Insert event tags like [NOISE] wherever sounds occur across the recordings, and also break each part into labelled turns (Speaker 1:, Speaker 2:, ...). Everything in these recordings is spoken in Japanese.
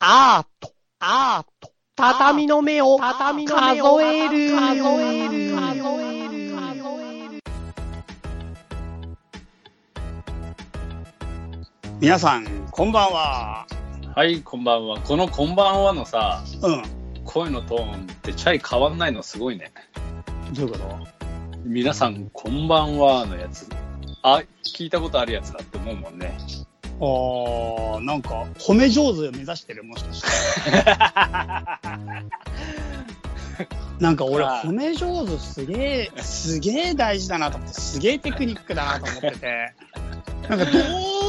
Speaker 1: アート、アート、畳の目を、畳の目を数える、数える、数える。
Speaker 2: 皆さんこんばんは
Speaker 3: はい、こんばんは。このこんばんはのさ、
Speaker 2: うん
Speaker 3: 声のトーンってチャイ変わんないのすごいね。
Speaker 2: どういうこと
Speaker 3: 皆さん、こんばんはのやつ。あ、聞いたことあるやつだって思うもんね。
Speaker 2: あーなんか褒め上手を目指してるもしか
Speaker 3: [LAUGHS]
Speaker 2: してなんか俺
Speaker 3: あー
Speaker 2: 褒め上手すげえすげえ大事だなと思ってすげえテクニックだなと思っててなんかど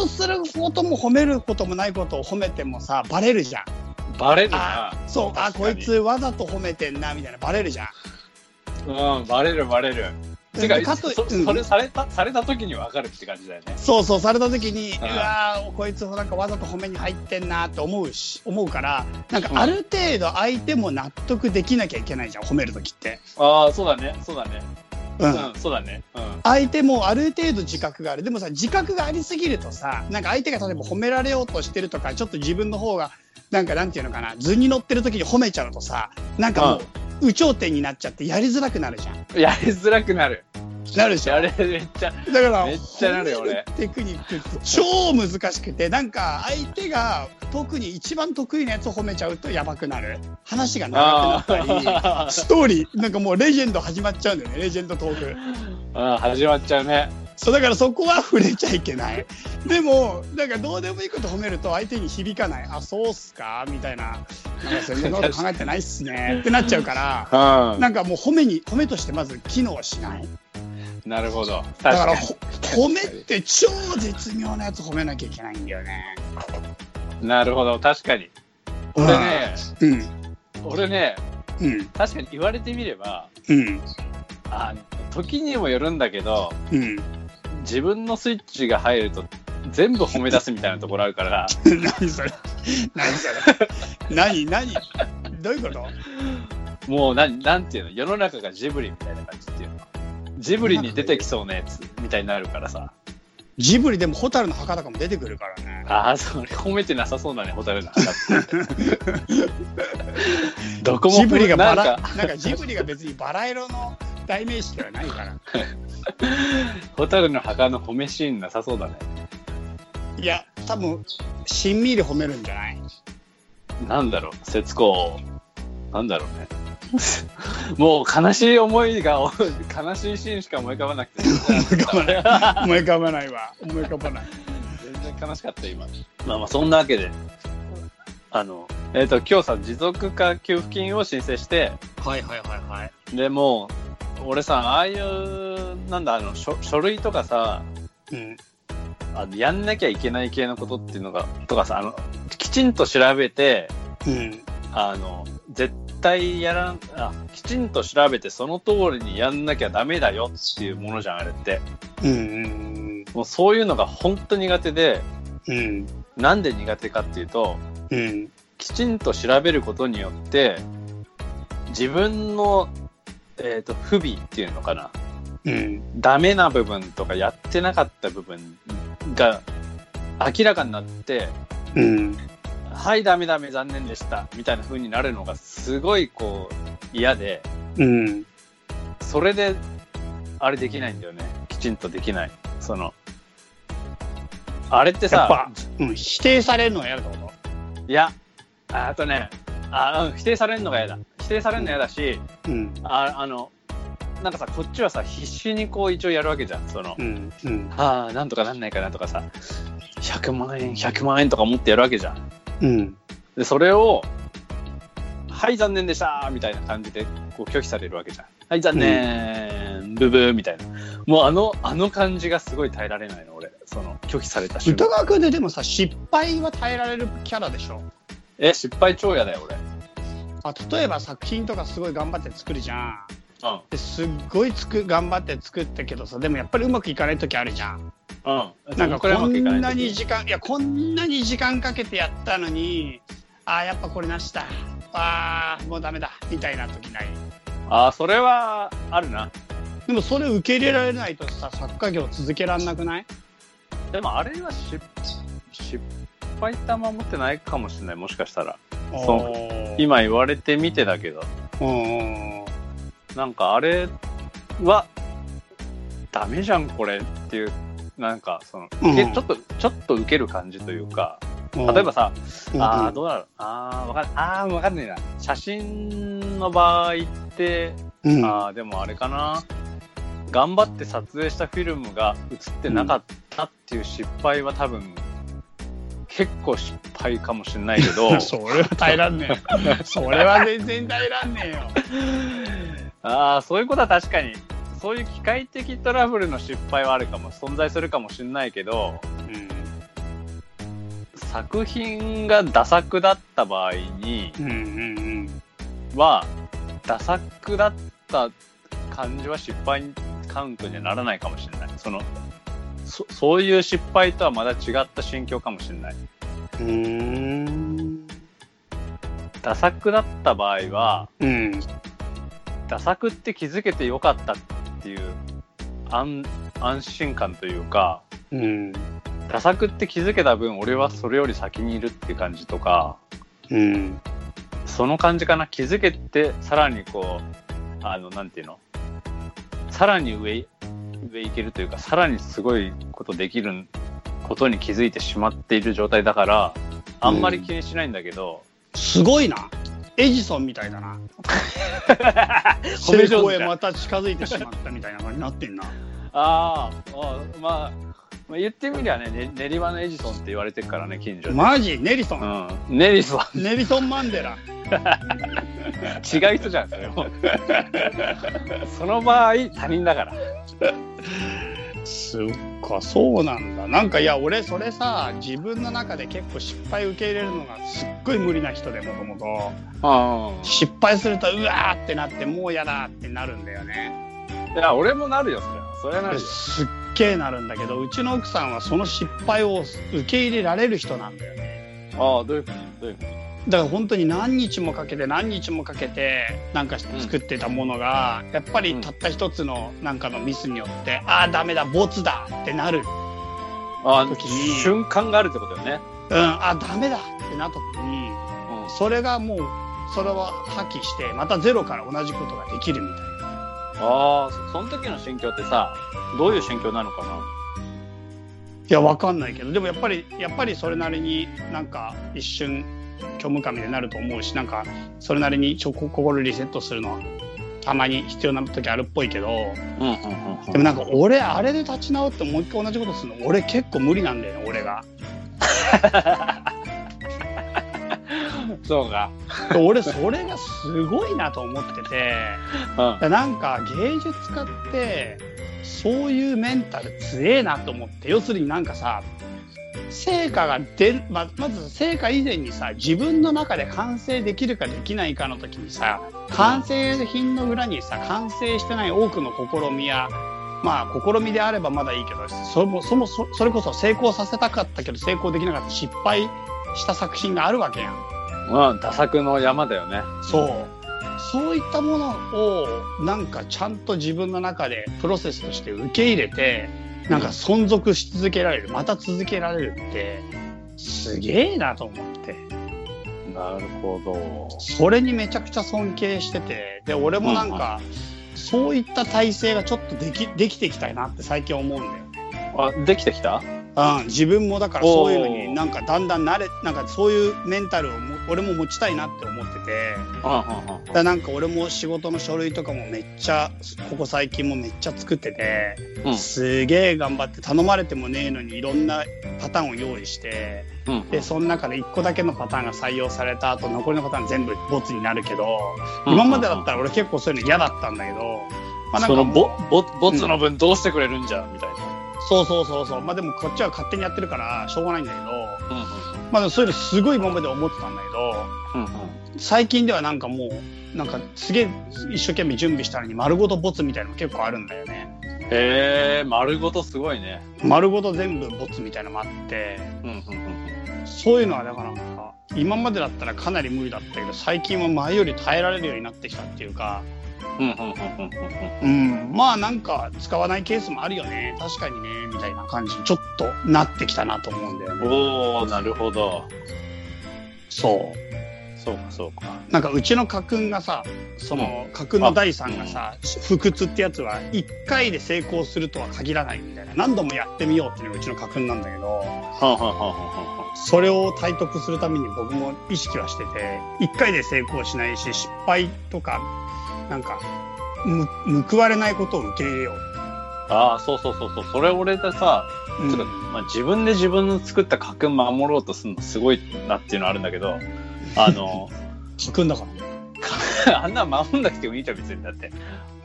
Speaker 2: うすることも褒めることもないことを褒めてもさバレるじゃん
Speaker 3: バレるな。
Speaker 2: そうあ
Speaker 3: 確か
Speaker 2: こ
Speaker 3: に
Speaker 2: いつ。わざと褒めてんなみたいなバレるじゃん
Speaker 3: うん、バレるバレる。てか、
Speaker 2: かと
Speaker 3: そ
Speaker 2: うん
Speaker 3: それされた、された時にわかるって感じだよね。
Speaker 2: そうそうされた時に
Speaker 3: ん
Speaker 2: うわーこいつなんかわざと褒めに入ってんなって思うし思うからなんかある程度相手も納得できなきゃいけないじゃん褒める時って、
Speaker 3: ああ、そうだね、そうだね。
Speaker 2: うん
Speaker 3: うん、そうだね。うん。
Speaker 2: 相手もある程度自覚があるでもさ自覚がありすぎるとさなんか相手が例えば褒められようとしてるとかちょっと自分の方がなんかなんていうのかな図に乗ってる時に褒めちゃうとさなんかもう有頂天になっちゃってやりづらくなるじゃん
Speaker 3: やりづらくなる。
Speaker 2: なるでしょ
Speaker 3: やれ、めっちゃ。
Speaker 2: だから
Speaker 3: めっちゃなるよ俺
Speaker 2: テクニックって超難しくてなんか相手が特に一番得意なやつを褒めちゃうとやばくなる話が長くなったり
Speaker 3: あ
Speaker 2: ストーリーなんかもうレジェンド始まっちゃうんだよねレジェンドトーク
Speaker 3: あ、始まっちゃうね。
Speaker 2: そうだからそこは触れちゃいけないでもなんかどうでもいいこと褒めると相手に響かないあそうっすかみたいななんかそんなこと考えてないっすねってなっちゃうから
Speaker 3: うん。
Speaker 2: なんかもう褒めに褒めとしてまず機能しない
Speaker 3: なるほど。確
Speaker 2: だか
Speaker 3: からに。
Speaker 2: ほ褒めって超絶妙なやつ褒めなきゃいけないんだよね。
Speaker 3: なるほど、確かに。俺ね、
Speaker 2: うん
Speaker 3: 俺ね、
Speaker 2: うん
Speaker 3: 確かに言われてみれば、
Speaker 2: うん
Speaker 3: あ時にもよるんだけど、
Speaker 2: うん。
Speaker 3: 自分のスイッチが入ると、全部褒め出すみたいなところあるから、
Speaker 2: 何それ何それ何何どういうこと
Speaker 3: もうなん、なんていうの、世の中がジブリみたいな感じっていうの。ジブリに出てきそうなやつみたいになるからさ。
Speaker 2: ジブリでも蛍の墓とかも出てくるからね。
Speaker 3: ああ、それ褒めてなさそうだね、ホタルの墓
Speaker 2: [LAUGHS]
Speaker 3: って。どこも
Speaker 2: ジブリがバ
Speaker 3: な
Speaker 2: ラ
Speaker 3: んか、
Speaker 2: なんかジブリが別にバラ色の代名詞ではないから。
Speaker 3: ホタルの墓の褒めシーンなさそうだね。
Speaker 2: いや、多分、しんみり褒めるんじゃない
Speaker 3: なんだろう、節子、なんだろうね。もう悲しい思いが、お悲しいシーンしか思い浮かばなくて、
Speaker 2: 思い浮かばない。思い浮かばないわ。思い浮かばない。
Speaker 3: 全然悲しかった、今。まあまあ、そんなわけで、あの、えっ、と、今日さ、持続化給付金を申請して、
Speaker 2: はいはいはいはい。
Speaker 3: でもう、俺さ、ああいう、なんだ、あの、書書類とかさ、
Speaker 2: うん
Speaker 3: あのやんなきゃいけない系のことっていうのが、とかさ、あの、きちんと調べて、
Speaker 2: うん
Speaker 3: あの、絶対やらん、あ、きちんと調べてその通りにやんなきゃダメだよっていうものじゃん、あれって。
Speaker 2: うん
Speaker 3: もうそういうのが本当苦手で、
Speaker 2: うんうん
Speaker 3: なんで苦手かっていうと、
Speaker 2: うん
Speaker 3: きちんと調べることによって、自分の、えっ、と、不備っていうのかな。
Speaker 2: うん
Speaker 3: ダメな部分とかやってなかった部分が明らかになって、
Speaker 2: うん
Speaker 3: はい、ダメダメ、残念でした、みたいな風になるのがすごいこう嫌で、
Speaker 2: うん
Speaker 3: それで、あれできないんだよね。きちんとできない。その、あれって
Speaker 2: やっ
Speaker 3: さ
Speaker 2: ぱ、、うん、否定されるのは嫌だってこ
Speaker 3: いや、ああとね、あうん否定されるのが嫌だ。否定されるの嫌だし、
Speaker 2: とうん
Speaker 3: ああの、なんかさ、こっちはさ、必死にこう一応やるわけじゃん。その
Speaker 2: う、んうん
Speaker 3: ああ、なんとかなんないかなとかさ、100万円、100万円とか持ってやるわけじゃん。
Speaker 2: うん
Speaker 3: で、それを、はい、残念でしたみたいな感じで、こう拒否されるわけじゃん。はい、残念、ブブーみたいな。もうあの、あの感じがすごい耐えられないの、俺。その、拒否された瞬
Speaker 2: 歌
Speaker 3: 間。
Speaker 2: 川君ででもさ失敗は耐えられるキャラでしょ
Speaker 3: え、失敗超嫌だよ、俺。
Speaker 2: あ例えば作品とかすごい頑張って作るじゃん
Speaker 3: うん。
Speaker 2: ですっごいつく頑張って作ったけどさでもやっぱりうまくいかない時あるじゃん
Speaker 3: うん。
Speaker 2: なんか
Speaker 3: これう
Speaker 2: こ
Speaker 3: まくいか
Speaker 2: ん
Speaker 3: な
Speaker 2: ないに時間いやこんなに時間かけてやったのにあーやっぱこれなしだあーもうダメだみたいな時ない
Speaker 3: ああ、それは、あるな。
Speaker 2: でもそれ受け入れられないとさ作家業続けらんなくない
Speaker 3: でも、あれは失、失い玉持ってないかもしれない、もしかしたら。そう
Speaker 2: そう
Speaker 3: 今言われてみてだけど、
Speaker 2: うん
Speaker 3: なんかあれは、ダメじゃん、これっていう、なんか、その、
Speaker 2: うん
Speaker 3: 受けちょっと、ちょっと受ける感じというか、
Speaker 2: うん
Speaker 3: 例えばさ、
Speaker 2: うん
Speaker 3: ああ、どうだろう。ああ、わかんあーわかんねえな。写真の場合って、
Speaker 2: うん、
Speaker 3: ああ、でもあれかな。頑張って撮影したフィルムが映ってなかったっていう失敗は多分、結構失敗かもしれないけ
Speaker 2: [LAUGHS]
Speaker 3: ど
Speaker 2: それは耐えらんねえよ [LAUGHS] それは全然耐えらんねえよ
Speaker 3: ああ、そういうことは確かに、そういう機械的トラブルの失敗はあるかも、存在するかもしれないけど、作品がダ作だった場合に、
Speaker 2: うんうんうん
Speaker 3: は、ダサくだった感じは失敗カウントにはならないかもしれない。その、そそういう失敗とはまだ違った心境かもしれない。
Speaker 2: うん
Speaker 3: ダサくだった場合は、
Speaker 2: うん
Speaker 3: ダサくって気づけてよかったっていう安安心感というか、
Speaker 2: うん
Speaker 3: ダサくって気づけた分、俺はそれより先にいるって感じとか、
Speaker 2: うん
Speaker 3: その感じかな気づけてさらにこうあのなんていうのさらに上上行けるというかさらにすごいことできることに気づいてしまっている状態だからあんまり気にしないんだけど、
Speaker 2: すごいなエジソンみたいだ [LAUGHS] な
Speaker 3: 褒め
Speaker 2: 成
Speaker 3: 上
Speaker 2: 功
Speaker 3: 手
Speaker 2: へ
Speaker 3: だ
Speaker 2: また近づいてしまったみたいな感じにな [LAUGHS] ってんな
Speaker 3: あーあーまあ、まあ言ってみりゃねね練馬のエジソンって言われてるからね近所で、
Speaker 2: マジネリソン
Speaker 3: うん、ネリスは
Speaker 2: ネリソン・マンデラ
Speaker 3: 違う人じゃんそれもその場合他人だから
Speaker 2: そっかそうなんだなんかいや俺それさ自分の中で結構失敗受け入れるのがすっごい無理な人でもともと
Speaker 3: あ
Speaker 2: 失敗するとうわーってなってもうやだってなるんだよね
Speaker 3: いや俺もなるよそれはそれはなるよ
Speaker 2: すっげーなるんだけどうちの奥さんはその失敗を受け入れられる人なんだよね
Speaker 3: ああどういうふうにどういうふうに
Speaker 2: だから本当に何日もかけて何日もかけてなんか作ってたものが、やっぱりたった一つのなんかのミスによって、ああダメだボツだってなる、うん、
Speaker 3: あ
Speaker 2: 時に
Speaker 3: 瞬間があるってことよね。
Speaker 2: あーダメだってなった時にそれがもうそれは破棄してまたゼロから同じことができるみたいな
Speaker 3: ああ、そその時の心境ってさ、どういう心境なのか
Speaker 2: いやわかんないけどでもやっぱりやっぱりそれなりになんか一瞬虚無感みたいになると思うしなんかそれなりにちょこ心リセットするのはたまに必要な時あるっぽいけど。
Speaker 3: な。うんうん
Speaker 2: でもなんか俺あれで立ち直ってもう一回同じことするの俺結構無理なんだよね俺が
Speaker 3: うん。そうか。
Speaker 2: で俺それがすごいなと思っててだからなんか芸術家ってそういうメンタル強えなと思って要するになんかさ成果が出るままず成果以前にさ自分の中で完成できるかできないかの時にさ完成品の裏にさ完成してない多くの試みやまあ試みであればまだいいけどそれもそもそそれこそ成功させたかったけど成功できなかった失敗した作品があるわけやん。
Speaker 3: うん。うん、打作の山だよね。
Speaker 2: そうそういったものをなんかちゃんと自分の中でプロセスとして受け入れてなんか存続し続けられるまた続けられるってすげえなと思って
Speaker 3: なるほど。
Speaker 2: それにめちゃくちゃ尊敬しててで俺もなんかそういった体制がちょっとできできてきたなって最近思うんだよ。
Speaker 3: あ、できてきた
Speaker 2: うん、自分もだからそういうの
Speaker 3: お
Speaker 2: に
Speaker 3: ー
Speaker 2: なんかだんだん慣れなんかそういうメンタルをも俺も持ちたいなって思ってて。
Speaker 3: うんうん
Speaker 2: だからなんか俺も仕事の書類とかもめっちゃここ最近もめっちゃ作ってて、
Speaker 3: うん
Speaker 2: すげえ頑張って頼まれてもねえのにいろんなパターンを用意して
Speaker 3: うん。うん
Speaker 2: でその中で1個だけのパターンが採用された後残りのパターン全部ボツになるけど、今までだったら俺結構そういうの嫌だったんだけど、まあ、なんか
Speaker 3: その
Speaker 2: もう
Speaker 3: ボ、ボ、ボツの分どうしてくれるんじゃ、みたい
Speaker 2: そうそうそうそうまあでもこっちは勝手にやってるからしょうがないんだけど、
Speaker 3: な。
Speaker 2: まあ、でもそういうのすごい今まで思ってたんだけど。
Speaker 3: うんうん。うん
Speaker 2: 最近ではなんかもうなんかすげえ一生懸命準備したのに丸ごとボツみたいなの結構あるんだよね
Speaker 3: うん。へえ、丸ごとすごいね。
Speaker 2: 丸ごと全部ボツみたいなのもあって
Speaker 3: うんうんうん。
Speaker 2: そういうのはだからなんか今までだったらかなり無理だったけど最近は前より耐えられるようになってきたっていうか
Speaker 3: うんうんうんうんうんうん
Speaker 2: うん、まあなんか使わないケースもあるよね確かにねみたいな感じにちょっとなってきたなと思うんだよね
Speaker 3: おおなるほど
Speaker 2: そ
Speaker 3: そうかそうか
Speaker 2: うなんかうちの家訓がさその家訓の第3がさ不屈ってやつは1回で成功するとは限らないみたいな何度もやってみようっていうのがうちの家訓なんだけど
Speaker 3: はんはんはんはんはんはん
Speaker 2: それを体得するために僕も意識はしてて1回で成功しないし失敗とかなんかむ報われないことを受け入れよう、
Speaker 3: ああそうそうそうそうそれ俺でさ、
Speaker 2: うん
Speaker 3: つうかまあ、自分で自分の作った家訓守ろうとするのすごいなっていうのあるんだけど
Speaker 2: [LAUGHS]
Speaker 3: あの
Speaker 2: 家訓だからね
Speaker 3: あんな守んなくてもいいじゃん別にだって
Speaker 2: い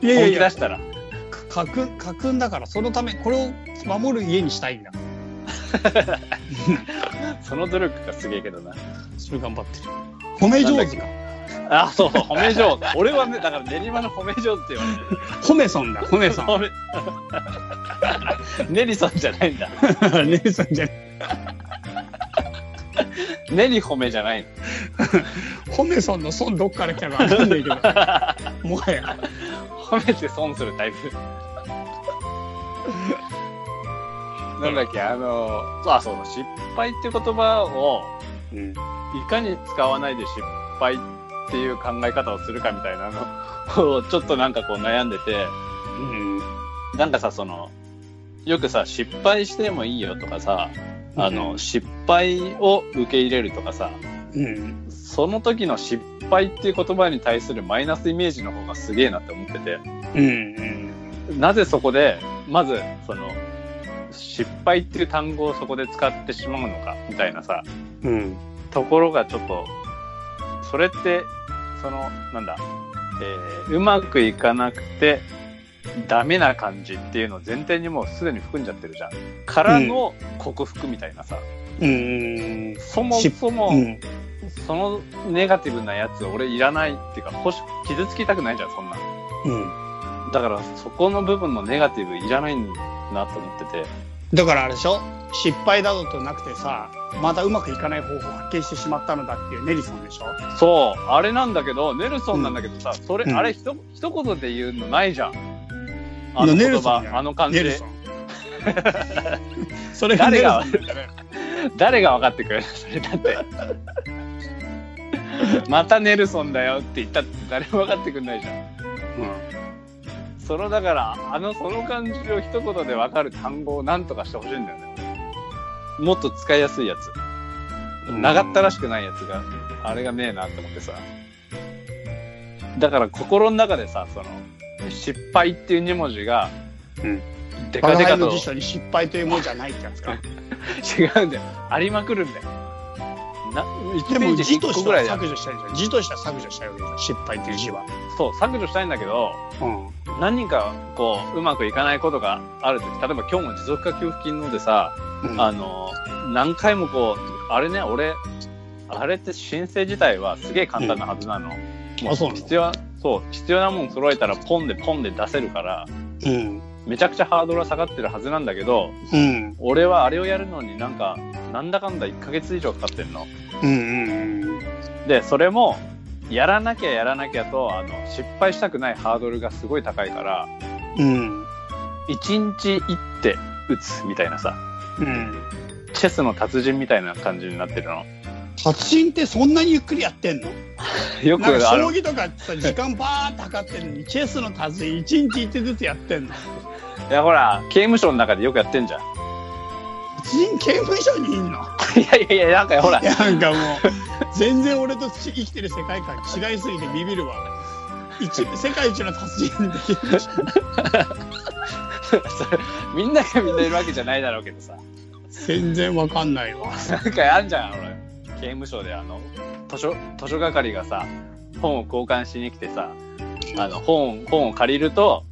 Speaker 3: 本
Speaker 2: やい
Speaker 3: 気
Speaker 2: や
Speaker 3: 出
Speaker 2: い
Speaker 3: したら
Speaker 2: や家訓家訓だからそのためこれを守る家にしたいんだ
Speaker 3: その努力がすげえけどな
Speaker 2: それ頑張ってる褒め上手か
Speaker 3: あそう褒め
Speaker 2: [LAUGHS]
Speaker 3: 上手俺はねだから練馬の褒め上手って言われてる
Speaker 2: 褒めソン
Speaker 3: [LAUGHS]
Speaker 2: だ褒めソン
Speaker 3: 褒め [LAUGHS] ネリさんじゃないん
Speaker 2: [LAUGHS]
Speaker 3: だ
Speaker 2: 姉さんじゃない
Speaker 3: ネリ褒めじゃないの
Speaker 2: 褒めソンのソンどっから来た
Speaker 3: [LAUGHS]
Speaker 2: かわかんないけどもはや
Speaker 3: 褒めて損するタイプなんだっけあのあそうそう失敗っていう言葉を
Speaker 2: うん
Speaker 3: いかに使わないで失敗っていう考え方をするかみたいなの [LAUGHS] をちょっとなんかこう悩んでてなんかさそのよくさ失敗してもいいよとかさあの、失敗を受け入れるとかさ
Speaker 2: うん
Speaker 3: その時の失敗っていう言葉に対するマイナスイメージの方がすげえなって思ってて
Speaker 2: うんうん
Speaker 3: なぜそこでまずその失敗っていう単語をそこで使ってしまうのかみたいなさ
Speaker 2: うん
Speaker 3: ところがちょっとそれってそのなんだ、えーうまくいかなくてダメな感じっていうのを前提にもうすでに含んじゃってるじゃんからの克服みたいなさ、
Speaker 2: うん
Speaker 3: そも
Speaker 2: 失
Speaker 3: そも、
Speaker 2: うん
Speaker 3: そのネガティブなやつ俺いらないっていうか欲し傷つきたくないじゃんそんなの
Speaker 2: うん
Speaker 3: だからそこの部分のネガティブいらないなと思ってて
Speaker 2: だからあれでしょ失敗だぞとなくてさまたうまくいかない方法を発見してしまったのだっていうネリソンでしょ
Speaker 3: そう、あれなんだけど、ネルソンなんだけどさ、それ、
Speaker 2: うん
Speaker 3: あれひと、一言で言うのないじゃん。
Speaker 2: や
Speaker 3: あの
Speaker 2: ネル
Speaker 3: 言
Speaker 2: ソン
Speaker 3: 葉
Speaker 2: じ、ゃん
Speaker 3: あの感じ
Speaker 2: ネル
Speaker 3: で [LAUGHS]
Speaker 2: ソ。ンそれがネルソ
Speaker 3: 誰が
Speaker 2: ンだよね
Speaker 3: 誰が分かってくれる [LAUGHS] それだって。
Speaker 2: [LAUGHS]
Speaker 3: またネルソンだよって言ったって誰も分かってくんないじゃん。その、だから、あの、その感じを一言で分かる単語をなんとかしてほしいんだよね。もっと使いやすいやつ。
Speaker 2: うん
Speaker 3: 長ったらしくないやつが、あれがねえなって思ってさ。だから心の中でさ、その、失敗っていう二文字が、
Speaker 2: うん
Speaker 3: で
Speaker 2: バ
Speaker 3: かで
Speaker 2: カイ
Speaker 3: か
Speaker 2: の
Speaker 3: と
Speaker 2: 辞書に失敗というものじゃないってやつか
Speaker 3: 違うんだよ。ありまくるんだよ。な、
Speaker 2: で
Speaker 3: 1ペ
Speaker 2: も
Speaker 3: ージ
Speaker 2: 字
Speaker 3: 1
Speaker 2: と
Speaker 3: 個
Speaker 2: し
Speaker 3: ぐ
Speaker 2: て
Speaker 3: ら
Speaker 2: はい
Speaker 3: だよ。
Speaker 2: 削除したいじゃん字としては削除したいわけじゃん失敗っていう字は
Speaker 3: そう、削除したいんだけど、
Speaker 2: うん
Speaker 3: 何かこう、うまくいかないことがあるとき、例えば今日も持続化給付金のでさ、
Speaker 2: うん
Speaker 3: あの、何回もこう、あれね、俺、あれって申請自体はすげえ簡単なはずなの。も
Speaker 2: あそうなの
Speaker 3: 必要なそう、必要なもん揃えたらポンでポンで出せるから、
Speaker 2: うん
Speaker 3: めちゃくちゃハードルは下がってるはずなんだけど、
Speaker 2: うん
Speaker 3: 俺はあれをやるのになんか、なんだかんだ1ヶ月以上かかってんの。
Speaker 2: うんうんうん
Speaker 3: でそれもやらなきゃやらなきゃとあの失敗したくないハードルがすごい高いから
Speaker 2: うん
Speaker 3: 1日1手打つみたいなさ
Speaker 2: うん
Speaker 3: チェスの達人みたいな感じになってるの
Speaker 2: 達人ってそんなにゆっくりやってんの
Speaker 3: よく
Speaker 2: なんか
Speaker 3: あ
Speaker 2: 将
Speaker 3: る
Speaker 2: 棋とかさ時間バーって測ってるのにチェスの達人一日一手ずつやってんの
Speaker 3: いやほら刑務所の中でよくやってんじゃん [LAUGHS]
Speaker 2: 達人刑務所にいんの
Speaker 3: いやいやいやなんかほら [LAUGHS]
Speaker 2: いやなんかもう全然俺と生きてる世界観違いすぎてビビるわ一世界一の達人できる
Speaker 3: それみんながみんないるわけじゃないだろうけどさ [LAUGHS]
Speaker 2: 全然わかんないわ
Speaker 3: なんかあんじゃんほら刑務所であの図書図書係がさ本を交換しに来てさあの本本を借りると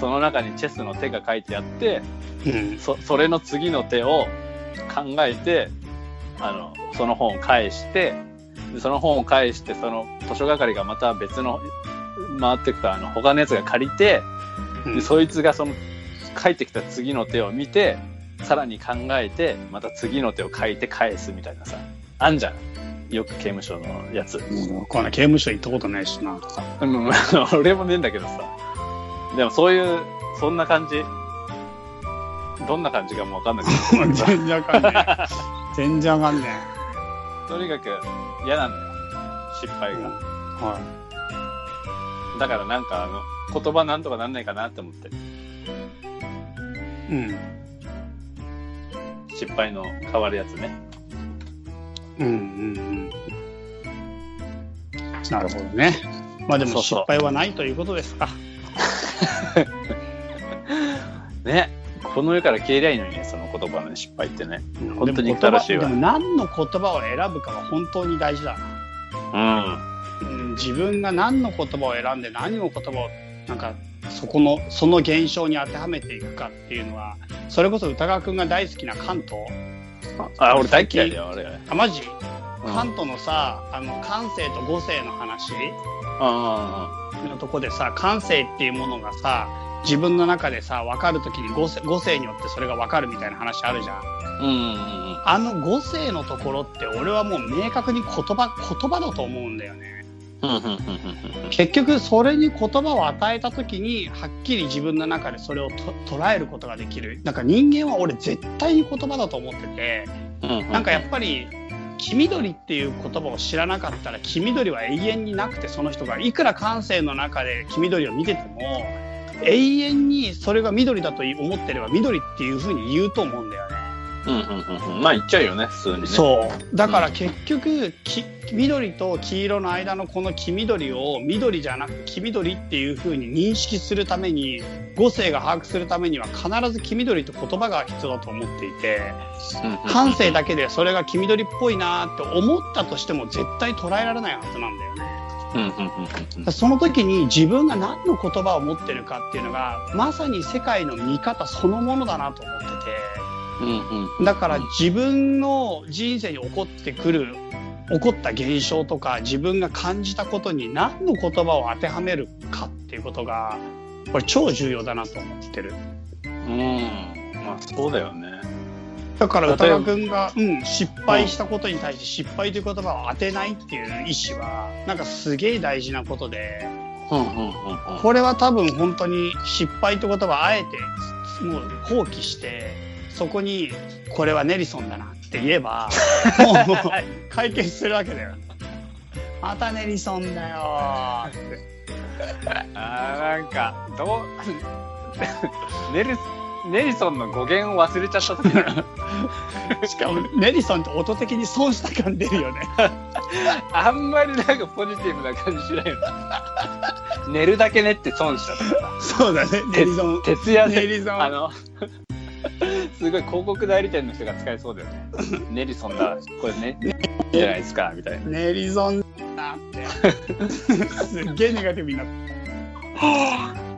Speaker 3: その中にチェスの手が書いてあって
Speaker 2: うん
Speaker 3: そそれの次の手を考えてあのその本を返してでその本を返してその図書係がまた別の回ってくたあの他のやつが借りてでそいつがその書いてきた次の手を見てさらに考えてまた次の手を書いて返すみたいなさあんじゃんよく刑務所のやつ。
Speaker 2: もうこの刑務所行ったことないしな。 [LAUGHS]
Speaker 3: うん、 [LAUGHS] 俺もねえんだけどさ。でもそういう、そんな感じ。どんな感じかもわかんないけど
Speaker 2: 全然あかんねえ。
Speaker 3: [LAUGHS]
Speaker 2: 全然あかんね
Speaker 3: とにかく嫌なんだよ。失敗
Speaker 2: え。
Speaker 3: が。
Speaker 2: は
Speaker 3: だからなんかあの、言葉なんとかなんないかなって思って。
Speaker 2: い。うん。
Speaker 3: 失敗の変わるやつね。
Speaker 2: うんうんうん。なるほどね。まあで
Speaker 3: そ
Speaker 2: も
Speaker 3: うそう
Speaker 2: 失敗はないということですか。
Speaker 3: ね。この世から消えりゃいいのにね、その言葉の失敗ってね。
Speaker 2: うん
Speaker 3: 本当に
Speaker 2: でも言葉
Speaker 3: 正しいわ
Speaker 2: でも何の言葉を選ぶかは本当に大事だな。
Speaker 3: う
Speaker 2: う
Speaker 3: ん。
Speaker 2: ん、自分が何の言葉を選んで何の言葉をなんかそこのその現象に当てはめていくかっていうのはそれこそ歌川くんが大好きな関東
Speaker 3: あ、俺大嫌いだよ、あれ。
Speaker 2: あマジ
Speaker 3: うん
Speaker 2: 関東のさあの感性と語性の話
Speaker 3: あ
Speaker 2: のとこでさ感性っていうものがさ自分の中でさ分かる時に語性語性によってそれが分かるみたいな話あるじゃん
Speaker 3: あ。うんうんうん。
Speaker 2: あの語性のところって俺はもう明確に言葉言葉だと思うんだよね
Speaker 3: うんうんうんうん
Speaker 2: 結局それに言葉を与えた時にはっきり自分の中でそれをと捉えることができるなんか人間は俺絶対に言葉だと思ってて
Speaker 3: うんうん。
Speaker 2: なんかやっぱり黄緑っていう言葉を知らなかったら黄緑は永遠になくてその人がいくら感性の中で黄緑を見てても永遠にそれが緑だと思ってれば緑っていうふうに言うと思うんだよね。
Speaker 3: うんうんうんうん。まあ言っちゃうよね、普通にね。
Speaker 2: そうだから結局、き緑と黄色の間のこの黄緑を緑じゃなくて黄緑っていう風に認識するために語性が把握するためには必ず黄緑と言葉が必要だと思っていて
Speaker 3: うんうんうん。
Speaker 2: 感性だけでそれが黄緑っぽいなーって思ったとしても絶対捉えられないはずなんだよね。
Speaker 3: うんうんうんうんうん。
Speaker 2: その時に自分が何の言葉を持ってるかっていうのがまさに世界の見方そのものだなと思ってて。
Speaker 3: うんうん
Speaker 2: だから自分の人生に起こってくる起こった現象とか自分が感じたことに何の言葉を当てはめるかっていうことがこれ超重要だなと思ってる
Speaker 3: うん。まあそうだよね。
Speaker 2: だから
Speaker 3: 例
Speaker 2: 歌
Speaker 3: えば
Speaker 2: 川君が、うん、失敗したことに対して失敗という言葉を当てないっていう意思はなんかすげえ大事なことで
Speaker 3: うんうんうんうん。
Speaker 2: これは多分本当に失敗という言葉をあえてもう放棄してそこにこれはネリソンだなって言えばもう解決するわけだよ。またネリソンだよって
Speaker 3: あーなんか、どう、 [LAUGHS] ネルス、ネリソンの語源を忘れちゃった時 [LAUGHS] だ
Speaker 2: しかもネリソンって音的に損した感出るよね。
Speaker 3: あんまりなんかポジティブな感じしない [LAUGHS] よね。寝るだけねって損したとか
Speaker 2: そうだねネリソン
Speaker 3: さ。。徹夜
Speaker 2: ネ
Speaker 3: で、
Speaker 2: リソ
Speaker 3: あ
Speaker 2: ン
Speaker 3: の、 [LAUGHS] すごい広告代理店の人が使えそうだよね。ネリソンだ、これね、じゃないですか、みたいな。
Speaker 2: ネリソンだってすっげえネガティブになって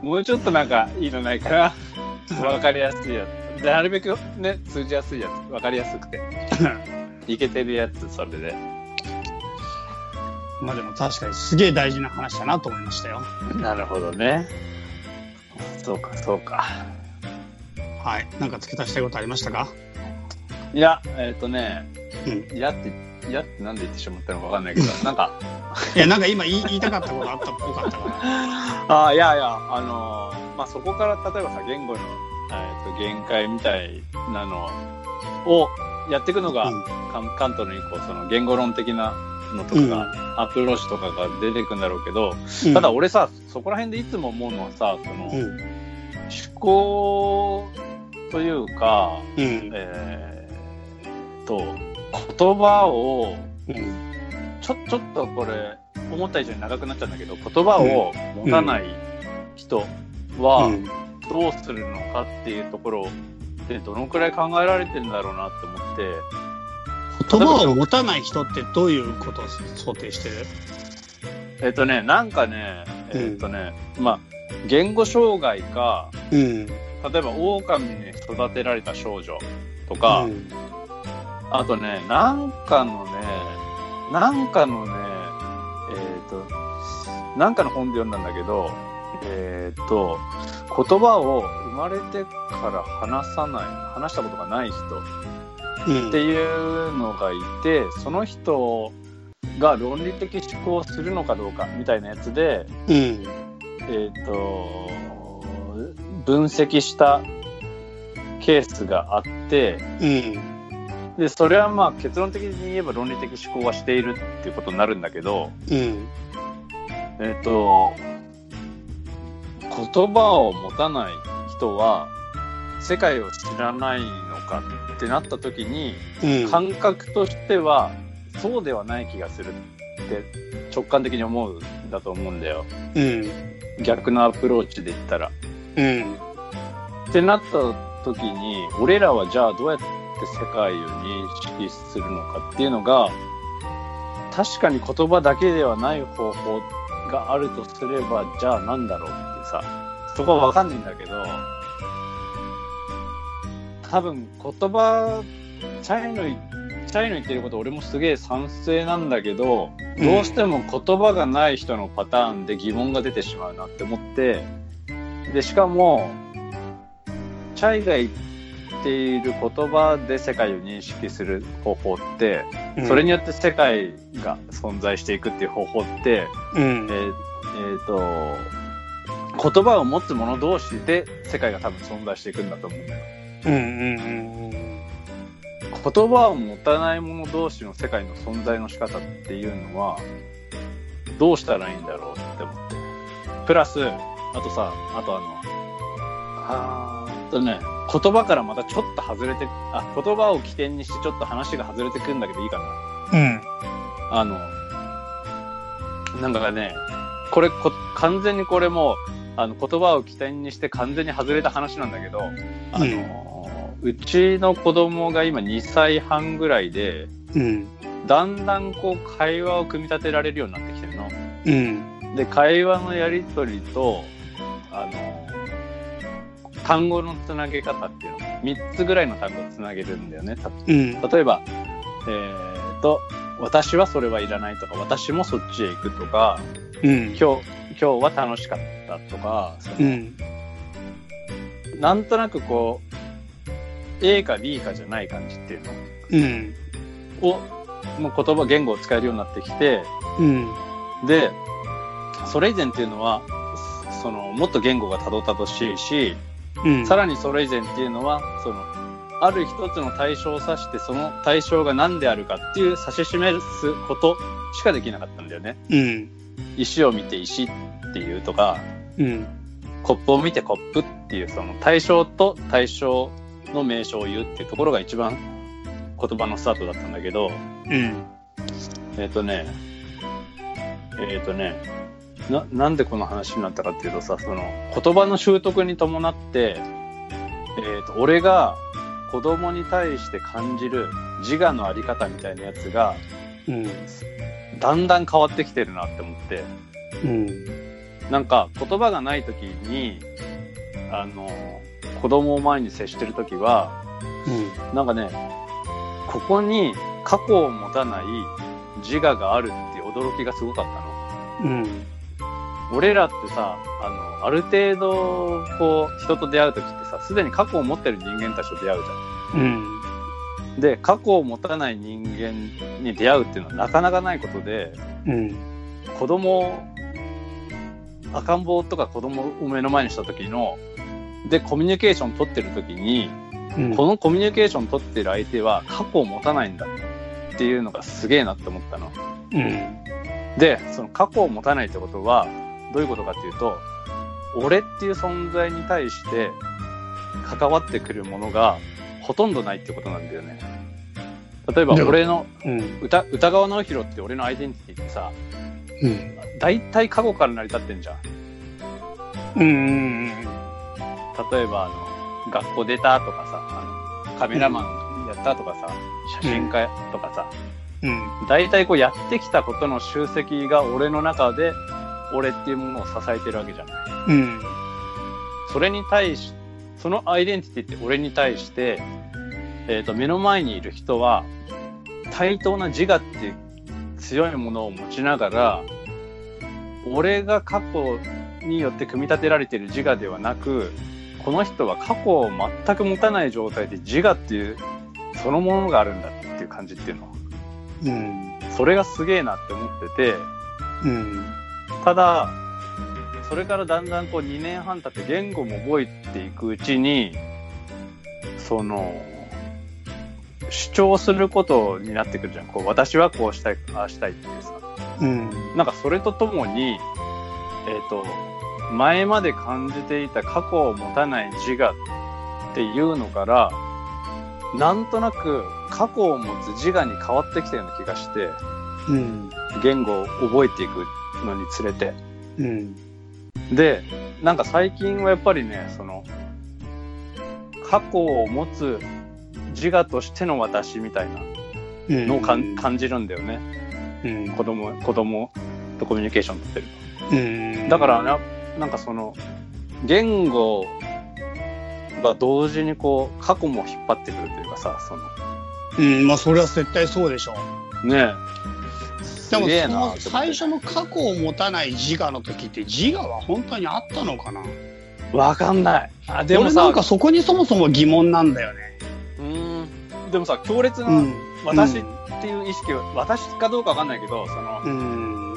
Speaker 3: もうちょっとなんかいいのないかな。わかりやすいやつ。なるべくね、通じやすいやつ。わかりやすくて。いけてるやつ、それで。
Speaker 2: まあでも確かにすげえ大事な話だなと思いましたよ。
Speaker 3: なるほどね。そうか、そうか。
Speaker 2: はい。なんか付け足したいことありましたか
Speaker 3: いや、えっ、とね、
Speaker 2: う
Speaker 3: いやって、いやってなんで言ってしまったのかわかんないけど、なんか、
Speaker 2: いや、なんか今言い言いたかったことあったっぽかったから。
Speaker 3: ああ、いやいや、あのーまあ、そこから例えばさ、言語の、えーと、限界みたいなのをやっていくのが、
Speaker 2: うん
Speaker 3: 関関東の以降、その言語論的なのと
Speaker 2: う
Speaker 3: か、
Speaker 2: ん
Speaker 3: アプローチとかが出てくんだろうけど、ただ俺さ、そこら辺でいつも思うのはさ、その、
Speaker 2: うん、
Speaker 3: 思考というか、
Speaker 2: うん、
Speaker 3: えーっと言葉を
Speaker 2: うん、
Speaker 3: ちょちょっとこれ思った以上に長くなっちゃうんだけど言葉を持たない人
Speaker 2: う
Speaker 3: は
Speaker 2: ん
Speaker 3: どうするのかっていうところでどのくらい考えられてるんだろうなって思って
Speaker 2: 言葉を持たない人ってどういうことを想定してる
Speaker 3: えーっ、とねなんかねえーっ、とね、まあ言語障害か
Speaker 2: うん、
Speaker 3: 例えば狼に育てられた少女とか、
Speaker 2: うん
Speaker 3: あとね、なんかのね、なんかのね、えっ、と、なんかの本で読んだんだけど、えっ、と、言葉を生まれてから話さない、話したことがない人
Speaker 2: うん
Speaker 3: っていうのがいて、その人が論理的思考をするのかどうかみたいなやつで、
Speaker 2: うん。
Speaker 3: えっと分析したケースがあって
Speaker 2: うん。
Speaker 3: でそれはまあ結論的に言えば論理的思考はしているっていうことになるんだけど、
Speaker 2: うん。
Speaker 3: えっと言葉を持たない人は世界を知らないのかってなった時に
Speaker 2: うん。
Speaker 3: 感覚としてはそうではない気がするって直感的に思うんだと思うんだよ
Speaker 2: うん。
Speaker 3: 逆のアプローチで言ったら。
Speaker 2: うん。
Speaker 3: ってなった時に俺らはじゃあどうやって世界を認識するのかっていうのが確かに言葉だけではない方法があるとすればじゃあなんだろうってさそこはわかんないんだけど多分言葉チャイのいチャイの言ってること俺もすげえ賛成なんだけどどうしても言葉がない人のパターンで疑問が出てしまうなって思ってでしかもチャイが言っている言葉で世界を認識する方法って、それによって世界が存在していくっていう方法って、
Speaker 2: うん
Speaker 3: え。ーえーと言葉を持つ者同士で世界が多分存在していくんだと思うんだよ。
Speaker 2: うん。うん。
Speaker 3: 言葉を持たない者同士の世界の存在の仕方っていうのはどうしたらいいんだろうって思ってプラスあとさあとあのあーあとね言葉からまたちょっと外れてあ言葉を起点にしてちょっと話が外れてくんだけどいいかな
Speaker 2: うん。
Speaker 3: あのなんかねこれこ完全にこれもうあの言葉を起点にして完全に外れた話なんだけどあの、うちの子供が今2歳半ぐらいで
Speaker 2: うん。
Speaker 3: だんだんこう会話を組み立てられるようになってきてるの。
Speaker 2: うん。
Speaker 3: で会話のやり取りとあの単語のつなげ方っていうの3つぐらいの単語をつなげるんだよね。た
Speaker 2: うん。
Speaker 3: 例えば、えーと「私はそれはいらない」とか「私もそっちへ行く」とか
Speaker 2: うん。
Speaker 3: 「今日今日は楽しかった」とかその
Speaker 2: うん。
Speaker 3: なんとなくこう A か B かじゃない感じっていうの
Speaker 2: うん。
Speaker 3: をもう言葉言語を使えるようになってきて
Speaker 2: うん。
Speaker 3: でそれ以前っていうのはそのもっと言語がたどたどしいし
Speaker 2: うん。
Speaker 3: さらにそれ以前っていうのはそのある一つの対象を指してその対象が何であるかっていう指し示すことしかできなかったんだよね。
Speaker 2: うん。
Speaker 3: 石を見て石っていうとか
Speaker 2: うん。
Speaker 3: コップを見てコップっていうその対象と対象の名称を言うっていうところが一番言葉のスタートだったんだけど、
Speaker 2: うん。
Speaker 3: えっ、とね、えっ、とねな、なんでこの話になったかっていうとさ、その言葉の習得に伴って、えー、と俺が子供に対して感じる自我のあり方みたいなやつが
Speaker 2: うん。
Speaker 3: だんだん変わってきてるなって思って、
Speaker 2: うん。
Speaker 3: なんか言葉がない時に、あの、子供を前に接してる時は、なんかね、ここに過去を持たない自我があるっていう驚きがすごかったの。
Speaker 2: うん。
Speaker 3: 俺らってさ、あの、ある程度、こう、人と出会う時ってさ、すでに過去を持ってる人間たちと出会うじ
Speaker 2: うん。
Speaker 3: ゃん。で、過去を持たない人間に出会うっていうのはなかなかないことで、
Speaker 2: うん。
Speaker 3: 子供を、赤ん坊とか子供を目の前にした時の、で、コミュニケーション取ってる時に、
Speaker 2: うん。
Speaker 3: このコミュニケーション取ってる相手は過去を持たないんだっていうのがすげえなって思ったの。
Speaker 2: うん。
Speaker 3: で、その過去を持たないってことは、どういうことかっていうと、俺っていう存在に対して関わってくるものがほとんどないってことなんだよね。例えば
Speaker 2: でも
Speaker 3: 俺の
Speaker 2: うん。
Speaker 3: 歌、歌川直弘って俺のアイデンティティってさ、
Speaker 2: うん。
Speaker 3: 大体過去から成り立ってんじゃん。
Speaker 2: うん。
Speaker 3: 例えばあの学校出たとかさあのカメラマンやったとかさ、写真家とかさ、
Speaker 2: うん。
Speaker 3: 大体こうやってきたことの集積が俺の中で俺っていうものを支えてるわけじゃない
Speaker 2: うん。
Speaker 3: それに対しそのアイデンティティって俺に対して、えー、と目の前にいる人は対等な自我っていう強いものを持ちながら俺が過去によって組み立てられている自我ではなくこの人は過去を全く持たない状態で自我っていうそのものがあるんだっていう感じっていうの
Speaker 2: うん。
Speaker 3: それがすげえなって思ってて、
Speaker 2: うん。
Speaker 3: ただ、それからだんだんこう2年半経って言語も覚えていくうちに、その、主張することになってくるじゃん。こう、私はこうしたい、ああしたいっていうさ。
Speaker 2: うん。
Speaker 3: なんかそれとともに、えっ、と、前まで感じていた過去を持たない自我っていうのから、なんとなく過去を持つ自我に変わってきたような気がして、
Speaker 2: うん。
Speaker 3: 言語を覚えていくのにつれて。
Speaker 2: うん。
Speaker 3: で、なんか最近はやっぱりね、その、過去を持つ自我としての私みたいな
Speaker 2: うん。
Speaker 3: のをかん感じるんだよね。
Speaker 2: うん。
Speaker 3: 子供、子供とコミュニケーション取ってる。
Speaker 2: うん。
Speaker 3: だからな、なんかその、言語が同時にこう、過去も引っ張ってくるというかさ、そ
Speaker 2: うん。まあ、それは絶対そうでしょう。
Speaker 3: の、ねえ。
Speaker 2: ですも
Speaker 3: げえ
Speaker 2: そ
Speaker 3: な
Speaker 2: の最初の過去を持たない自我の時って自我は本当にあったのかな
Speaker 3: わかんない。あ、でも
Speaker 2: 俺
Speaker 3: さ、
Speaker 2: なんかそこにそもそも疑問なんだよね。
Speaker 3: うーん。でもさ、強烈
Speaker 2: う。
Speaker 3: なん私っていう意識を、私かどうかわかんないけど、その、
Speaker 2: うん。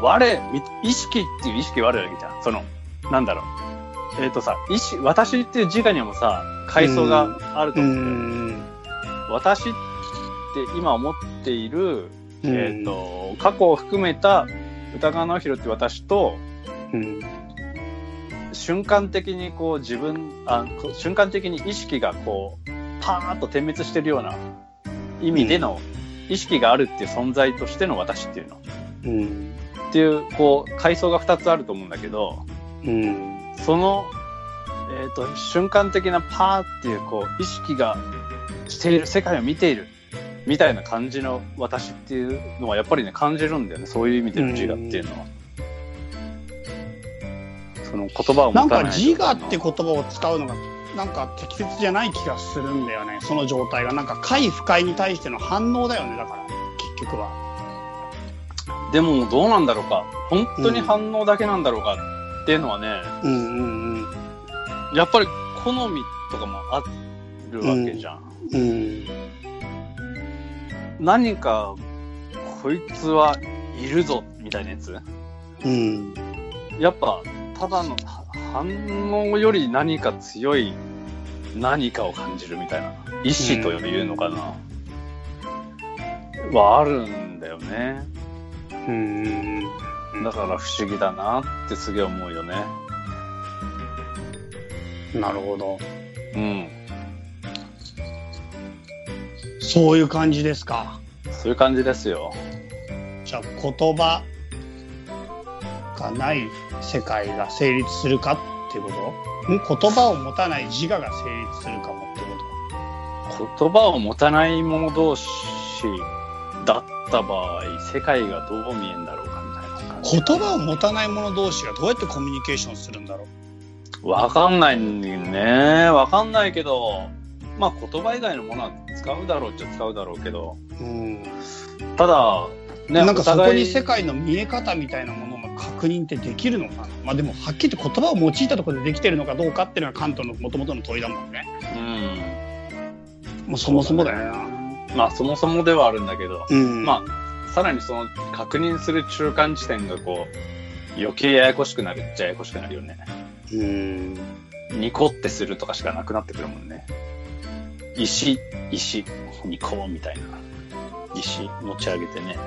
Speaker 3: 我、み意識っていう意識はあるわけじゃん。その、なんだろう。えっ、とさ、意識、私っていう自我にもさ、階層があると
Speaker 2: う
Speaker 3: 思うんだよね。
Speaker 2: ん。
Speaker 3: 私って今思っている、
Speaker 2: うん
Speaker 3: えっ、、と、過去を含めた歌川直弘って私と、
Speaker 2: うん。
Speaker 3: 瞬間的にこう自分、あこう瞬間的に意識がこう、パーンと点滅してるような意味での、意識があるっていう存在としての私っていうの。
Speaker 2: うん。
Speaker 3: っていう、こう、階層が2つあると思うんだけど、
Speaker 2: うん。
Speaker 3: その、えっ、と、瞬間的なパーっていう、こう、意識がしている世界を見ている。みたいな感じの私っていうのはやっぱりね感じるんだよねそういう意味での自我っていうのは、その言葉を持
Speaker 2: なん
Speaker 3: た
Speaker 2: か
Speaker 3: ない
Speaker 2: 自我って言葉を使うのがなんか適切じゃない気がするんだよね。その状態がなんか快不快に対しての反応だよね。だから結局は。
Speaker 3: でもどうなんだろうか本当に反応だけなんだろうかっていうのはね、
Speaker 2: うんうん
Speaker 3: やっぱり好みとかもあるわけじゃん、
Speaker 2: うん。うん。
Speaker 3: 何かこいつはいるぞみたいなやつ
Speaker 2: うん。
Speaker 3: やっぱただのは反応より何か強い何かを感じるみたいな意志というのかな、はあるんだよね
Speaker 2: うん。
Speaker 3: だから不思議だなってすげえ思うよね
Speaker 2: なるほど。
Speaker 3: うん
Speaker 2: そういう感じですか。
Speaker 3: そういう感じですよ
Speaker 2: じゃあ言葉がない世界が成立するかっていうことん言葉を持たない自我が成立するかもってこ
Speaker 3: 言葉を持たない者同士だった場合世界がどう見えんだろうかみたいな感じ
Speaker 2: と言葉を持たない者同士がどうやってコミュニケーションするんだろう
Speaker 3: わかんないねわかんないけどまあ言葉以外のものは使うだろうっちゃ使うだろうけど
Speaker 2: うん、
Speaker 3: ただね
Speaker 2: なんか
Speaker 3: お
Speaker 2: そこ
Speaker 3: 互
Speaker 2: に
Speaker 3: い
Speaker 2: 世界の見え方みたいなものの確認ってできるのかなまあでもはっきり言って言葉を用いたところでできてるのかどうかっていうのが関東のもともとの問いだもんね
Speaker 3: うん
Speaker 2: もうそもそもだよな
Speaker 3: まあそもそもではあるんだけど
Speaker 2: うん
Speaker 3: まあさらにその確認する中間地点がこう余計ややこしくなるっちゃややこしくなるよね
Speaker 2: うん
Speaker 3: ニコってするとかしかなくなってくるもんね。石、石、ニコみたいな。石持ち上げてね。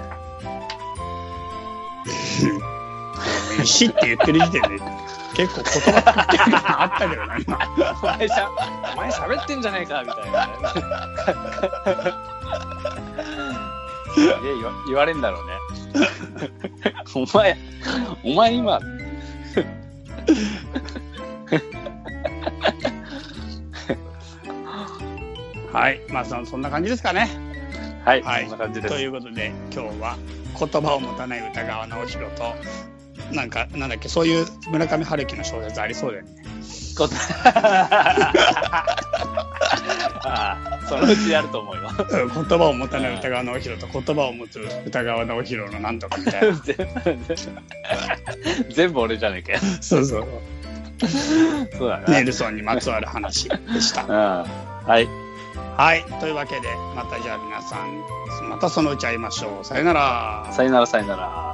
Speaker 2: 石って言ってる時点で結構言葉作ってる感あったけどな今
Speaker 3: お前しゃ、お前喋ってんじゃねえかみたいな。すげえ言わ言われんだろうね。 [LAUGHS] お前、お前今。
Speaker 2: はい、まあそそんな感じですかね。
Speaker 3: はい、
Speaker 2: はい
Speaker 3: そんな感じで
Speaker 2: とい
Speaker 3: す。
Speaker 2: うことで今日は言葉を持たない歌川直弘となんかなんだっけそういう村上春樹の小説ありそうだよね。
Speaker 3: ことあ [LAUGHS] あそのうちやると思うよ。
Speaker 2: うん言葉を持たない歌川直弘と言葉を持つ歌川直弘のなんとかみ
Speaker 3: [LAUGHS]
Speaker 2: たいな。
Speaker 3: 全部俺じゃねえかよ。
Speaker 2: そうそう。
Speaker 3: そうだな。
Speaker 2: ネルソンにまつわる話でした。
Speaker 3: うん。はい。
Speaker 2: はい。というわけで、またじゃあ皆さん、またそのうち会いましょう。さよなら。
Speaker 3: さよならさよなら。